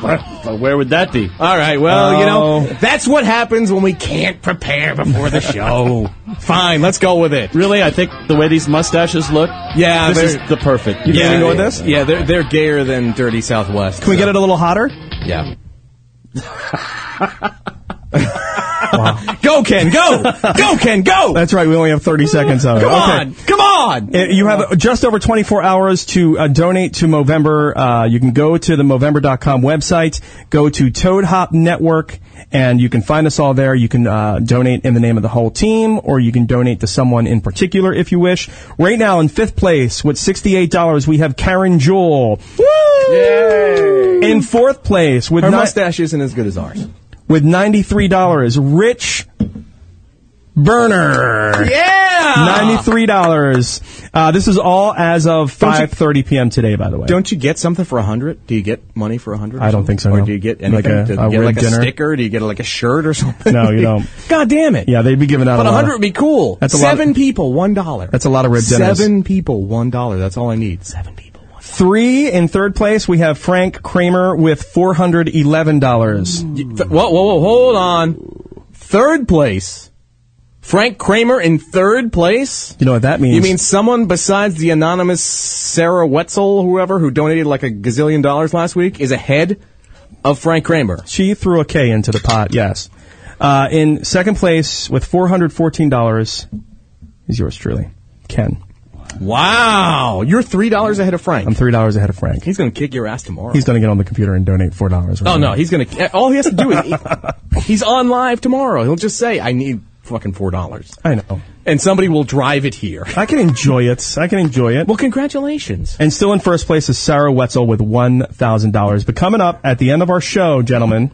S5: But where would that be?
S3: All right. Well, you
S2: Oh.
S3: know, that's what happens when we can't prepare before the show. Fine, let's go with it.
S5: Really, I think the way these mustaches look,
S3: Yeah,
S5: this is
S3: they're-
S5: the perfect.
S2: think we can go with
S3: yeah,
S2: this?
S3: Yeah, they're they're gayer than Dirty Southwest.
S2: Can we get it a little hotter?
S3: Yeah. go, Ken, go! Go, Ken, go!
S2: That's right. We only have 30 seconds of it.
S3: Come
S2: Okay.
S3: on! Come on!
S2: Uh, You have uh, just over 24 hours to uh, donate to Movember. Uh, you can go to the Movember.com website, go to Toad Hop Network, and you can find us all there. You can uh, donate in the name of the whole team, or you can donate to someone in particular if you wish. Right now in fifth place with $68, we have Karen Jewell. Woo! In fourth place with
S3: Her
S2: ni-
S3: mustache isn't as good as ours.
S2: with $93, Rich Burner.
S3: Yeah!
S2: Ninety-three dollars. Uh, this is all as of
S3: Don't you-
S2: five thirty p.m. today. By the way,
S3: Don't you get something for a hundred? Do you get money for a hundred?
S2: I don't think so,
S3: Or
S2: no.
S3: do you get
S2: Like
S3: anything?
S2: a-
S3: do you
S2: a
S3: get like
S2: rib dinner?
S3: a sticker? Do you get like a shirt or something?
S2: No, you don't.
S3: God damn it!
S2: yeah, they'd be giving out.
S3: But
S2: a
S3: a
S2: lot
S3: hundred
S2: of-
S3: would be cool.
S2: That's a lot of-
S3: Seven people, one dollar.
S2: That's a lot of rib dinners.
S3: Seven people, one dollar. That's all I need. Seven people, one
S2: Three in third place. We have Frank Kramer with four hundred eleven dollars.
S3: Th- whoa, whoa, whoa, hold on. Third place. Frank Kramer in third place?
S2: You know what that means?
S3: You mean someone besides the anonymous Sarah Wetzel, whoever, who donated like a gazillion dollars last week, is ahead of Frank Kramer?
S2: she threw a K into the pot? Yes. Uh, in second place with four hundred fourteen dollars is yours truly, Ken.
S3: Wow. You're $3 ahead of Frank.
S2: I'm three dollars ahead of Frank.
S3: he's going to kick your ass tomorrow.
S2: He's going to get on the computer and donate four dollars.
S3: oh, no. He's going to. All he has to do is. he's on live tomorrow. He'll just say, I need fucking $4.
S2: I know.
S3: And somebody will drive it here.
S2: I can enjoy it. I can enjoy it.
S3: Well, congratulations.
S2: And still in first place is Sarah Wetzel with $1,000. But coming up at the end of our show, gentlemen,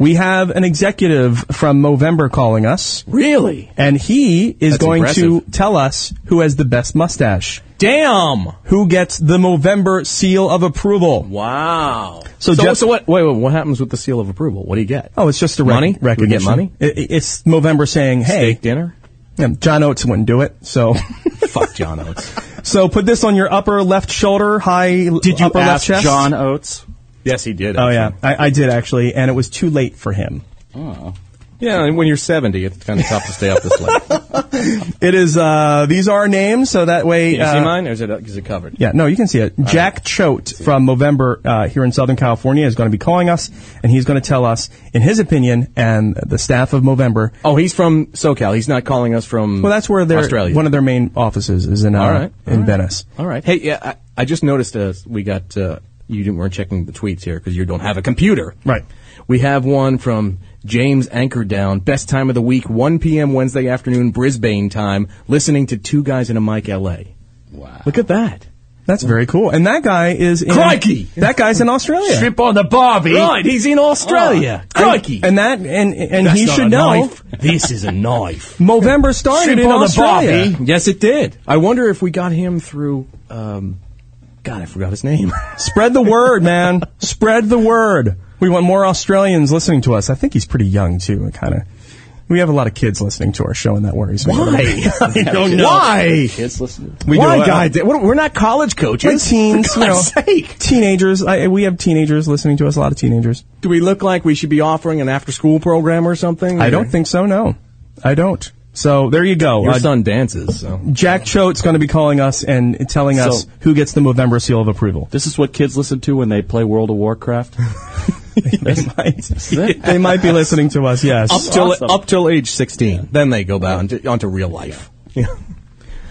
S2: we have an executive from Movember calling us,
S3: Really?
S2: and he is
S3: That's
S2: going to
S3: impressive.
S2: tell us who has the best mustache,
S3: Damn.
S2: who gets the Movember seal of approval.
S3: Wow.
S2: So
S3: So, so,
S2: Jeff-
S3: what? Wait, wait. What happens with the seal of approval? What do you get?
S2: Oh, it's just a rec-
S3: money.
S2: recognition.
S3: We get money.
S2: I- I- it's Movember saying, hey,
S3: Steak dinner.
S2: yeah, John Oates wouldn't do it, so...
S3: Fuck John Oates.
S2: so put this on your upper left shoulder, high
S5: Did you
S2: upper left
S5: ask
S2: chest.
S5: John Oates?
S3: yes, he did.
S2: Oh,
S3: actually.
S2: yeah. I, I did, actually, and it was too late for him.
S3: Yeah. And when you're 70, it's kind of tough to stay up this late.
S2: It is. Uh, these are names, so that way.
S3: Can you
S2: uh,
S3: see mine, or is it is it covered?
S2: Yeah, no, you can see it. Jack Choate from Movember uh, here in Southern California is going to be calling us, and he's going to tell us, in his opinion, and the staff of Movember.
S3: Oh, he's from SoCal. He's not calling us from.
S2: Well, that's where their
S3: Australia.
S2: one of their main offices is in uh,
S3: All right.
S2: in Venice.
S3: All right. Hey, yeah. I, I just noticed uh, we got uh, you didn't weren't checking the tweets here because you don't have a computer.
S2: Right.
S3: We have one from James Anchordown. Best time of the week, 1 p.m. Wednesday afternoon, Brisbane time. Listening to two guys in a mic, L.A. Wow. Look at that.
S2: That's very cool. And that guy is in,
S3: Crikey!
S2: That guy's in Australia.
S3: on the Barbie. Ah, Right. He's in Australia. Crikey.
S2: And that and and he should know.
S3: this is a knife.
S2: Movember started in Australia.
S3: Yes, it did. I wonder if we got him through. Um, God, I forgot his name.
S2: Spread the word, man. Spread the word. We want more Australians listening to us. I think he's pretty young too. Kind of. We have a lot of kids listening to our show, and that worries me.
S3: I don't know. Why?
S5: Kids listen.
S2: We
S3: Why,
S2: do, uh,
S3: God? da- what- We're not college
S2: Like
S3: coaches.
S2: teens,
S3: For
S2: you know,
S3: God's sake.
S2: teenagers. I, we have teenagers listening to us. A lot of teenagers.
S3: Do we look like we should be offering an after-school program or something?
S2: I don't think so. No, I don't. So there you go.
S3: your
S2: Uh,
S3: son dances. So.
S2: Jack Choate's going to be calling us and telling us
S5: So-
S2: who gets the Movember seal of approval.
S5: This is what kids listen to when they play World of Warcraft.
S2: they might. they might be listening to us. Yes.
S3: up till up till age sixteen. Then they go back onto, onto real life. Yeah.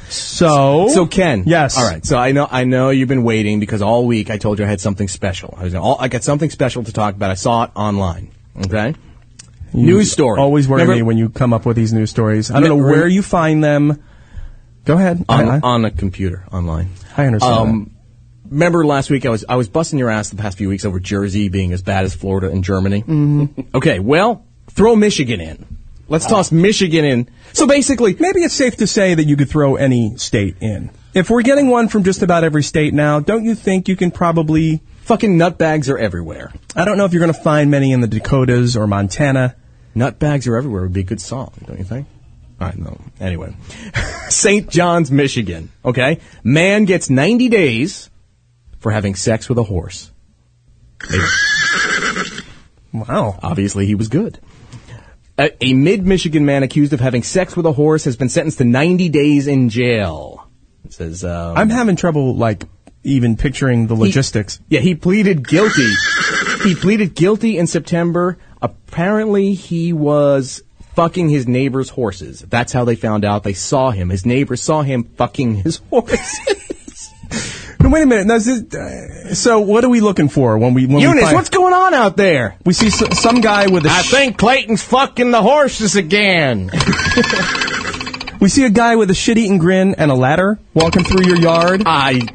S2: so.
S3: So Ken,
S2: Yes.
S3: All right. So I know I know you've been waiting because all week I told you I had something special. I was all, I got something special to talk about. I saw it online. Okay. News story.
S2: Always worry
S3: Remember-
S2: me when you come up with these news stories. I don't know
S3: Remember-
S2: where you find them. Go ahead.
S3: on,
S2: I, I-
S3: on a computer online. Um,
S2: I understand
S3: Remember last week I was I was busting your ass the past few weeks over Jersey being as bad as Florida and Germany.
S2: Mm-hmm.
S3: okay, well, throw Michigan in. Let's toss Michigan in. So basically,
S2: Maybe it's safe to say that you could throw any state in. If we're getting one from just about every state now, don't you think you can probably?
S3: fucking nutbags are everywhere.
S2: I don't know if you're going to find many in the Dakotas or Montana.
S3: Nutbags are everywhere would be a good song, don't you think? All right, no. Anyway, St. John's, Michigan. Okay, man gets 90 days for having sex with a horse.
S2: Wow.
S3: Obviously, he was good. A, a mid Michigan man accused of having sex with a horse has been sentenced to 90 days in jail. It says, um,
S2: I'm having trouble like even picturing the logistics.
S3: yeah, he pleaded guilty. he pleaded guilty in September. Apparently, he was fucking his neighbor's horses. That's how they found out. They saw him. His neighbor saw him fucking his horse.
S2: Now, wait a minute. Now, is this, uh, so what are we looking for when we when we
S3: Eunice,
S2: find,
S3: what's going on out there?
S2: we see s- some guy with a
S3: I
S2: sh-
S3: think Clayton's fucking the horses again.
S2: we see a guy with a shit-eating grin and a ladder walking through your yard
S3: I
S2: headed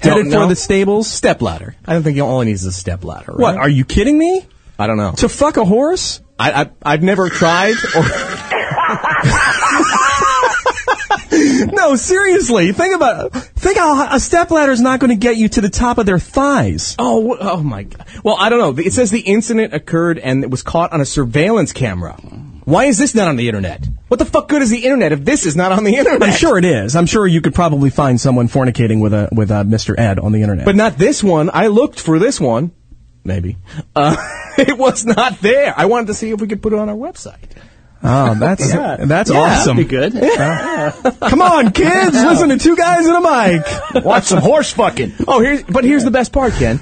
S3: don't know.
S2: for the stables.
S3: step ladder. I don't think all he needs is a step ladder.
S2: What? Are you kidding me?
S3: I don't know.
S2: To fuck a horse?
S3: I, I I've never tried. Or
S2: No, seriously. Think about think how a step ladder is not going to get you to the top of their thighs.
S3: oh wh- oh my god. Well, I don't know. It says the incident occurred and it was caught on a surveillance camera. Why is this not on the internet? What the fuck good is the internet if this is not on the internet?
S2: I'm sure it is. I'm sure you could probably find someone fornicating with a with a Mr. Ed on the internet.
S3: but not this one. I looked for this one. Maybe uh, it was not there. I wanted to see if we could put it on our website.
S2: oh, that's that's
S5: Yeah, that'd
S2: awesome.
S5: be good.
S2: Come on, kids, listen to two guys and a mic.
S5: Watch some horse fucking.
S3: Oh, here's but here's the best part, Ken.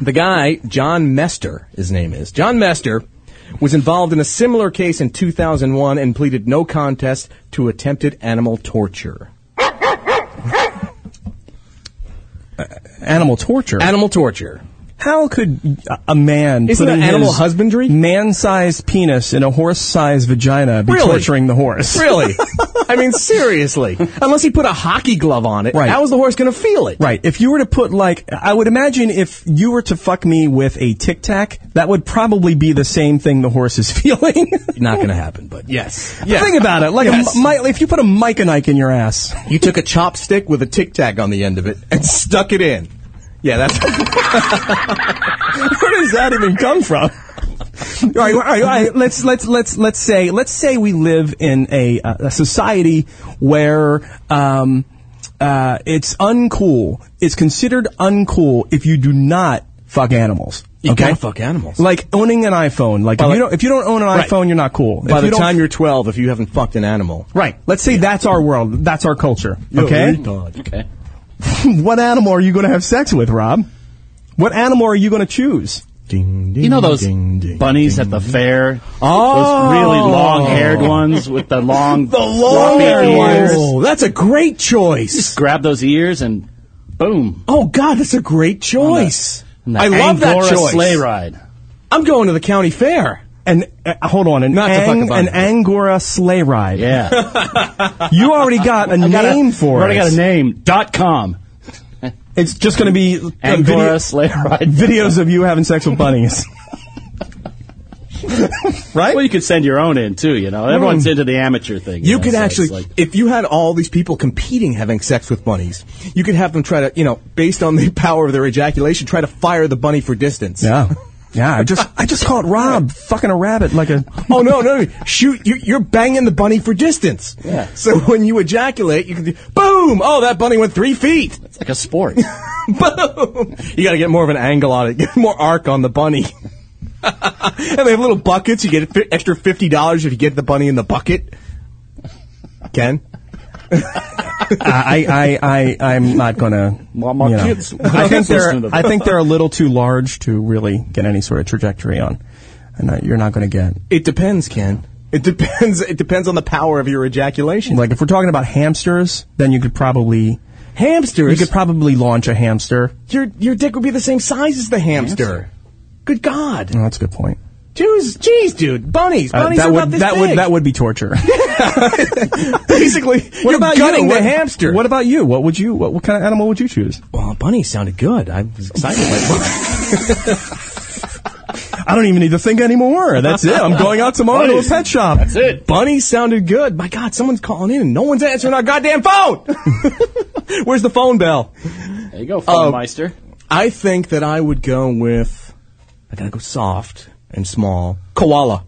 S3: The guy, John Mester, his name is John Mester, was involved in a similar case in 2001 and pleaded no contest to attempted animal torture.
S2: Animal torture.
S3: Animal torture.
S2: How could a- a man
S3: Isn't
S2: putting
S3: that animal
S2: his
S3: husbandry?
S2: man-sized penis in a horse-sized vagina be
S3: Really?
S2: torturing the horse?
S3: Really? I mean, seriously. Unless he put a hockey glove on it,
S2: Right.
S3: how is the horse going to feel it?
S2: Right. If you were to put like, I would imagine if you were to fuck me with a tic tac, that would probably be the same thing the horse is feeling.
S3: Not going to happen, but yes.
S2: Think about it. Like
S3: Yes.
S2: a mi- if you put a mic and Ike in your ass.
S3: You took a chopstick with a tic tac on the end of it and stuck it in. Yeah, that's.
S2: Where does that even come from? all, right, all right, all right. Let's let's let's let's say let's say we live in a, uh, a society where um, uh, it's uncool. It's considered uncool if you do not fuck animals.
S3: You
S2: okay?
S3: gotta fuck animals.
S2: Like owning an iPhone. Like if
S3: By
S2: you
S3: the-
S2: don't if you don't own an
S3: Right.
S2: iPhone, you're not cool.
S3: By
S2: If
S3: the
S2: you don't-
S3: time you're 12, if you haven't fucked an animal,
S2: right, let's say that's our world. That's our culture. Okay.
S5: Okay.
S2: what animal are you going to have sex with, Rob? What animal are you going to choose?
S3: Ding, ding,
S5: You know those
S3: ding, ding,
S5: bunnies
S3: ding,
S5: at the fair?
S3: Oh.
S5: Those really long-haired ones with the long, the long-haired ears.
S3: Oh, that's a great choice.
S5: Grab those ears and boom.
S3: Oh God, that's a great choice.
S5: And
S3: I love that
S5: Angora
S3: choice.
S5: sleigh ride.
S3: I'm going to the county fair.
S2: An uh, hold on, an,
S3: Not to fuck
S2: ang-
S3: about
S2: an
S3: it.
S2: angora sleigh ride.
S5: Yeah.
S2: You already got a name for
S5: already
S2: it.
S5: got a name. Dot com.
S2: It's just going to be uh,
S5: Angora sleigh ride.
S2: video- videos of you having sex with bunnies. right?
S5: Well, you could send your own in too. You know, everyone's into the amateur thing.
S3: You
S5: know,
S3: could
S5: so it's
S3: actually,
S5: like-
S3: if you had all these people competing having sex with bunnies, you could have them try to, you know, based on the power of their ejaculation, try to fire the bunny for distance.
S2: yeah. Yeah, I just I just caught Rob fucking a rabbit like a
S3: Oh no, no, no. shoot! You, you're banging the bunny for distance.
S5: Yeah.
S3: So when you ejaculate, you can do boom. Oh, that bunny went three feet.
S5: it's like a sport.
S3: Boom! You got to get more of an angle on it, get more arc on the bunny. and they have little buckets. You get fi- extra fifty dollars if you get the bunny in the bucket. Ken,
S2: I, I, I, I'm not gonna.
S5: Well, my
S2: you know.
S5: kids-
S2: I think they're,
S5: Listen to them.
S2: I think they're a little too large to really get any sort of trajectory on, and uh, you're not gonna get.
S3: It depends, Ken. It depends. It depends on the power of your ejaculation.
S2: Like if we're talking about hamsters, then you could probably, you
S3: hamsters.
S2: could probably launch a hamster.
S3: your your dick would be the same size as the hamster. Good God,
S2: Oh, that's a good point.
S3: jeez, jeez, dude, bunnies,
S2: Uh,
S3: bunnies
S2: that
S3: are
S2: would
S3: about this
S2: that
S3: big.
S2: would that would be torture.
S3: basically.
S2: What
S3: you're
S2: about
S3: gutting
S2: you?
S3: the
S2: What-
S3: hamster?
S2: What about you? What would you? What, what kind of animal would you choose?
S3: Well, bunny sounded good. I was excited. Like,
S2: I don't even need to think anymore. That's it. I'm going out tomorrow to a
S5: Bunnies.
S2: pet shop. That's
S5: it.
S3: bunny sounded good. My God, someone's calling in and no one's answering our goddamn phone. Where's the phone bell?
S5: There you go, phone meister.
S3: I think that I would go with. I gotta go soft and small. Koala.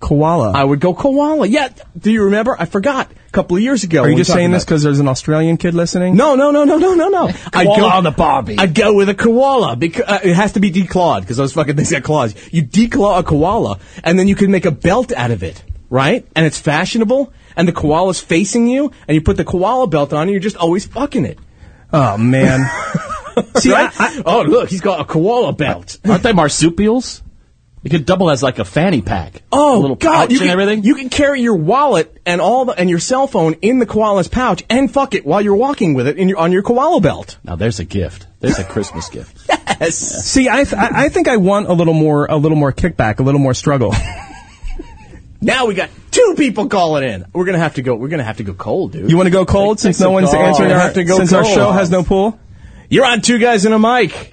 S2: Koala.
S3: I would go koala. Yeah. Do you remember? I forgot a couple of years ago.
S2: Are you just saying this because there's an Australian kid listening?
S3: No, no, no, no, no, no, no. I go
S5: Koala the Barbie.
S3: I go with a koala because uh, it has to be declawed because those fucking things got claws. You declaw a koala and then you can make a belt out of it, right? And it's fashionable. And the koala's facing you, and you put the koala belt on, and you're just always fucking it.
S2: Oh man. See, I- I-
S3: oh, look, he's got a koala belt.
S5: Aren't they marsupials? It could double as like a fanny pack.
S3: Oh
S5: a little
S3: God!
S5: pouch
S3: you
S5: and
S3: can,
S5: everything.
S3: You can carry your wallet and all the, and your cell phone in the koala's pouch and fuck it while you're walking with it in your on your koala belt.
S5: now there's a gift. There's a Christmas gift.
S3: Yes.
S2: see, I, th- I I think I want a little more, a little more kickback, a little more struggle.
S3: Now we got two people calling in. We're gonna have to go. We're gonna have to go cold, dude.
S2: You want to go cold since no one's
S5: dog.
S2: answering
S5: I
S2: our
S5: have to go
S2: since our
S5: cold.
S2: show has no pool.
S3: You're on two guys and a mic.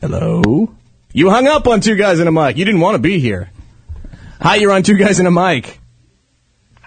S3: Hello. You hung up on two guys and a mic. You didn't want to be here. Hi, you're on two guys and a mic.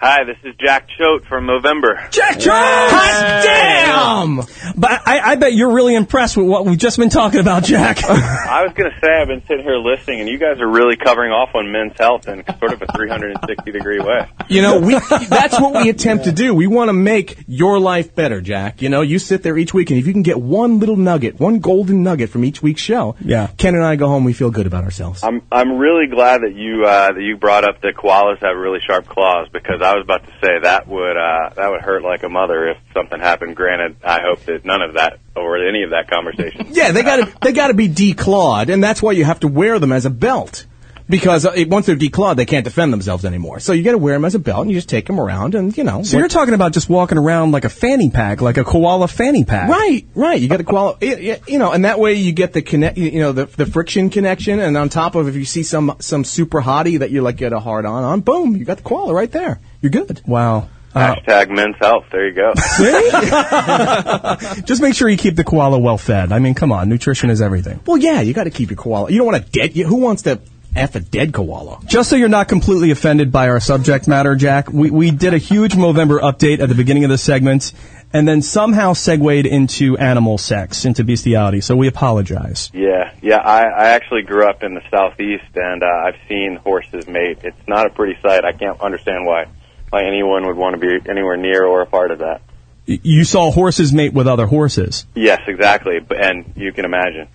S8: Hi, this is Jack Choate from Movember.
S2: Jack Charles.
S3: Hot damn!
S2: But I, I bet you're really impressed with what we've just been talking about, Jack.
S8: I was going to say I've been sitting here listening, and you guys are really covering off on men's health in sort of a 360 degree way.
S3: You know, we that's what we attempt to do. We want to make your life better, Jack. You know, you sit there each week and if you can get one little nugget, one golden nugget from each week's show,
S2: Yeah.
S3: Ken and I go home, we feel good about ourselves.
S8: I'm I'm really glad that you uh, that you brought up that koalas have really sharp claws because I was about to say that would uh, that would hurt like a mother if something happened. Granted, I hope that none of that or any of that conversation.
S3: yeah, they got to they got to be declawed and that's why you have to wear them as a belt. Because uh, it, once they're declawed, they can't defend themselves anymore. So you got to wear them as a belt, and you just take them around, and you know.
S2: so you're talking about just walking around like a fanny pack, like a koala fanny pack,
S3: Right, right. You got to qualify, you know, and that way you get the connect, you know, the, the friction connection, and on top of if you see some some super hottie that you like get a hard on on, boom, you got the koala right there. You're good.
S2: Wow. Uh,
S8: Hashtag men's health. There you go.
S2: just make sure you keep the koala well fed. I mean, come on, nutrition is everything.
S3: Well, yeah, you got to keep your koala. You don't want a dead. You, who wants to f a dead koala?
S2: Just so you're not completely offended by our subject matter, Jack, we, we did a huge Movember update at the beginning of the segment and then somehow segued into animal sex, into bestiality, so we apologize.
S8: Yeah, yeah. I, I actually grew up in the southeast, and uh, I've seen horses mate. It's not a pretty sight. I can't understand why why anyone would want to be anywhere near or a part of that.
S2: Y- You saw horses mate with other horses.
S8: Yes, exactly. B- And you can imagine.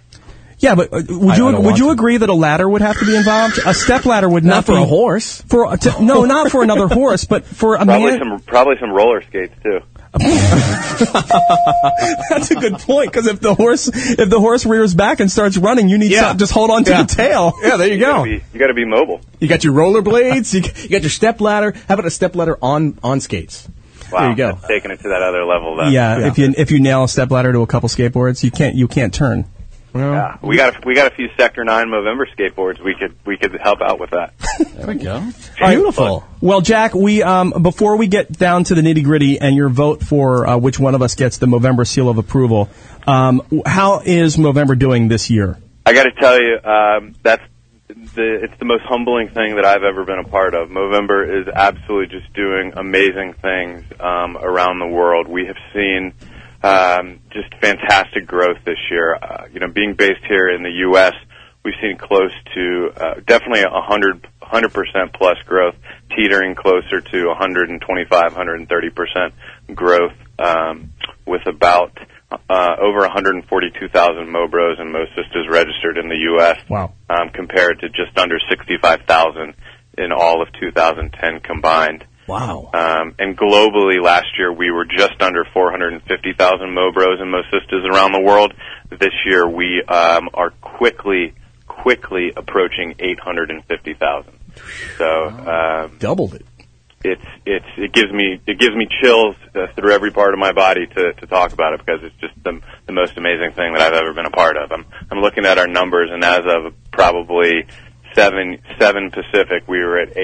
S2: Yeah, but uh, would
S3: I-
S2: you
S3: I don't
S2: would
S3: want
S2: you
S3: to.
S2: agree that a ladder would have to be involved? A step ladder would not,
S3: Not for
S2: be-
S3: a horse.
S2: For uh, to, no, not for another horse, but for a man.
S8: Probably some probably some roller skates too.
S2: That's a good point because if the horse if the horse rears back and starts running, you need
S3: Yeah.
S2: some- just hold on to
S3: Yeah.
S2: the tail.
S3: Yeah, there you
S8: You
S3: go.
S8: gotta be- You got to be mobile.
S3: You got your rollerblades. You, you got your step ladder. How about a step ladder on on skates?
S8: Wow,
S3: There you go.
S8: that's taking it to that other level. Though.
S2: Yeah, if you if you nail a step ladder to a couple skateboards, you can't you can't turn.
S8: Yeah. We got a, we got a few Sector Nine Movember skateboards. We could we could help out with that.
S5: There we go.
S3: Beautiful.
S2: Well, Jack, we um, before we get down to the nitty gritty and your vote for uh, which one of us gets the Movember seal of approval, um, w- how is Movember doing this year?
S8: I got to tell you, um, that's the it's the most humbling thing that I've ever been a part of. Movember is absolutely just doing amazing things um, around the world. We have seen um, just fantastic growth this year. Uh, you know, being based here in the U.S., we've seen close to uh, definitely a hundred hundred percent plus growth, teetering closer to 125, 130 percent growth, um, with about uh, over 142,000 Mobros and Mo Sisters registered in the U.S.
S2: Wow.
S8: Um, compared to just under 65,000 in all of 2010 combined.
S5: Wow.
S8: Um, and globally, last year we were just under 450,000 Mobros and Mosistas around the world. This year we um, are quickly, quickly approaching 850,000. So um,
S3: Doubled it.
S8: it's it's it gives me it gives me chills uh, through every part of my body to to talk about it because it's just the the most amazing thing that I've ever been a part of. I'm I'm looking at our numbers and as of probably seven seven Pacific, we were at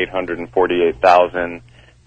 S8: 848,000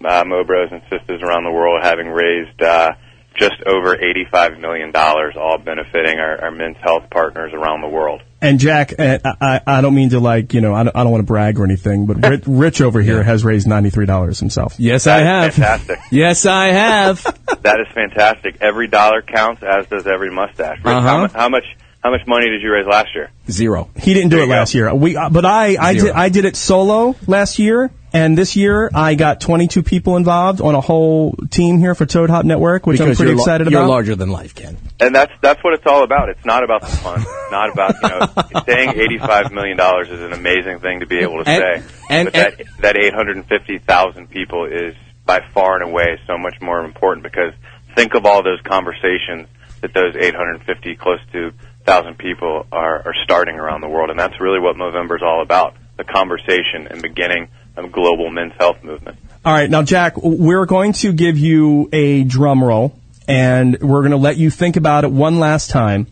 S8: uh, Mobros and sisters around the world, having raised uh, just over 85 million dollars, all benefiting our, our men's health partners around the world.
S2: And Jack, uh, I, I I don't mean to like, you know, I don't, I don't want to brag or anything, but Rich, Rich over here has raised $93 himself.
S9: Yes, I have.
S8: Fantastic.
S9: Yes, I have.
S8: That is fantastic. Every dollar counts, as does every mustache. Rich,
S9: Uh-huh.
S8: how, mu- how much? How much money did you raise last year?
S3: Zero.
S2: He didn't do
S8: There
S2: it
S8: you go.
S2: last year. We, uh, but I, I
S3: Zero.
S2: did, I did it solo last year, and this year I got 22 people involved on a whole team here for Toad Hop Network, which I'm
S3: Because
S2: pretty
S3: you're,
S2: excited
S3: you're
S2: about.
S3: larger than life, Ken.
S8: And that's that's what it's all about. It's not about the fun. It's not about you know saying eighty-five million dollars is an amazing thing to be able to
S3: And-
S8: say.
S3: and-
S8: but that that eight hundred and fifty thousand people is by far and away so much more important because think of all those conversations that those eight hundred and fifty close to thousand people are are starting around the world, and that's really what Movember is all about: the conversation and beginning of global men's health movement.
S2: All right, now Jack, we're going to give you a drum roll, and we're going to let you think about it one last time,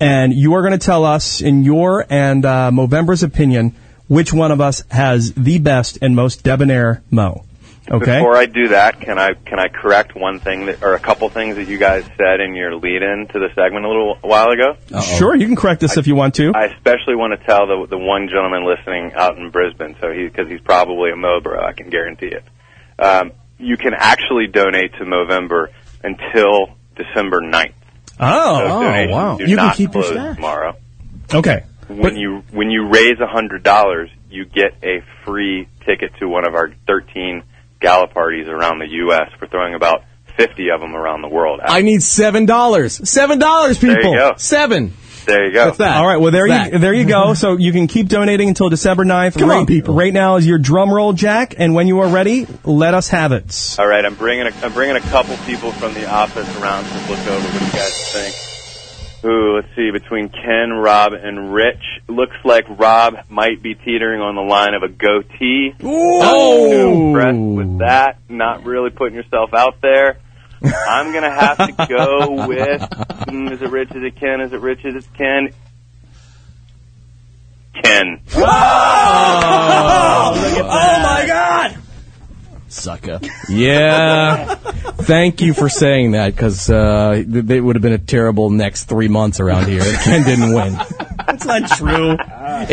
S2: and you are going to tell us, in your and uh, Movember's opinion, which one of us has the best and most debonair mo. Okay.
S8: Before I do that, can I can I correct one thing that, or a couple things that you guys said in your lead-in to the segment a little while ago?
S2: Sure, you can correct this if you want to.
S8: I especially want to tell the the one gentleman listening out in Brisbane, so he because he's probably a Mobro, I can guarantee it. Um, you can actually donate to Movember until December 9th. So
S2: oh,
S8: donations
S3: wow.
S8: do
S3: You can
S8: not
S3: keep your
S8: close
S3: stash.
S8: tomorrow.
S2: okay.
S8: When you when you raise a hundred dollars, you get a free ticket to one of our thirteen gala parties around the U.S. We're throwing about fifty of them around the world.
S3: I need seven dollars. Seven dollars, people.
S8: you go.
S3: Seven.
S8: there you go.
S3: That's that.
S2: All right. Well, there
S3: That's
S2: you
S3: that.
S2: there you go. So you can keep donating until December 9th.
S3: Come
S2: right,
S3: on, people.
S2: Right now is your drum roll, Jack. And when you are ready, let us have it.
S8: All right, I'm bringing a, I'm bringing a couple people from the office around to look over. What do you guys think? Ooh, let's see. Between Ken, Rob, and Rich, looks like Rob might be teetering on the line of a goatee. Too impressed with that. Not really putting yourself out there. I'm gonna have to go with. Hmm, is it Rich? Is it Ken? Is it Rich? Is it Ken? Ken.
S5: Sucker.
S3: Yeah. Thank you for saying that because uh, th- it would have been a terrible next three months around here if Ken didn't win.
S2: That's not true.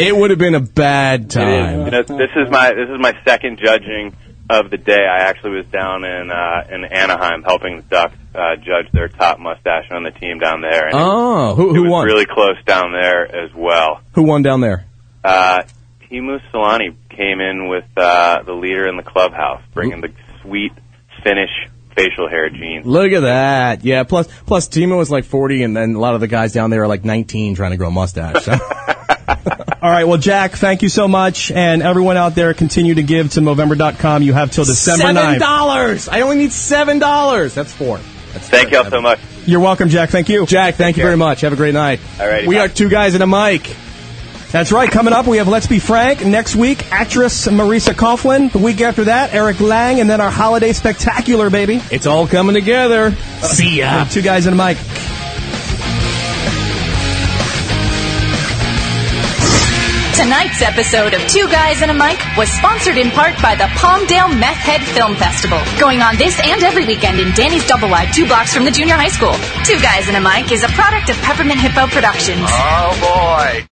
S3: It would have been a bad
S8: It is. You
S3: time.
S8: know, this is my this is my second judging of the day. I actually was down in uh, in Anaheim helping the Ducks uh, judge their top mustache on the team down there, and
S3: Oh, who,
S8: it
S3: who
S8: was
S3: won?
S8: really close down there as well.
S3: who won down there?
S8: Uh, Timu Solani came in with uh, the leader in the clubhouse, bringing the sweet Finnish facial hair jeans.
S3: Look at that. Yeah. Plus, plus Timo was like 40, and then a lot of the guys down there are like 19 trying to grow a mustache. So.
S2: All right. Well, Jack, thank you so much, and everyone out there, continue to give to Movember.com. You have till December
S3: Seven
S2: 9th.
S3: dollars. I only need seven dollars. That's four. That's
S8: Thank y'all so much.
S2: You're welcome, Jack. Thank you.
S3: Jack, thank you very much. Have a great night.
S8: All righty,
S3: We
S8: bye.
S3: are two guys and a mic.
S2: That's right. Coming up, we have Let's Be Frank. Next week, actress Marisa Coughlin. The week after that, Eric Lang, and then our holiday spectacular, baby.
S3: It's all coming together.
S2: See ya. Two guys and a mic.
S1: Tonight's episode of Two Guys and a Mic was sponsored in part by the Palmdale Meth Head Film Festival, going on this and every weekend in Danny's Double Wide, two blocks from the junior high school. Two Guys and a Mic is a product of Peppermint Hippo Productions.
S8: Oh boy.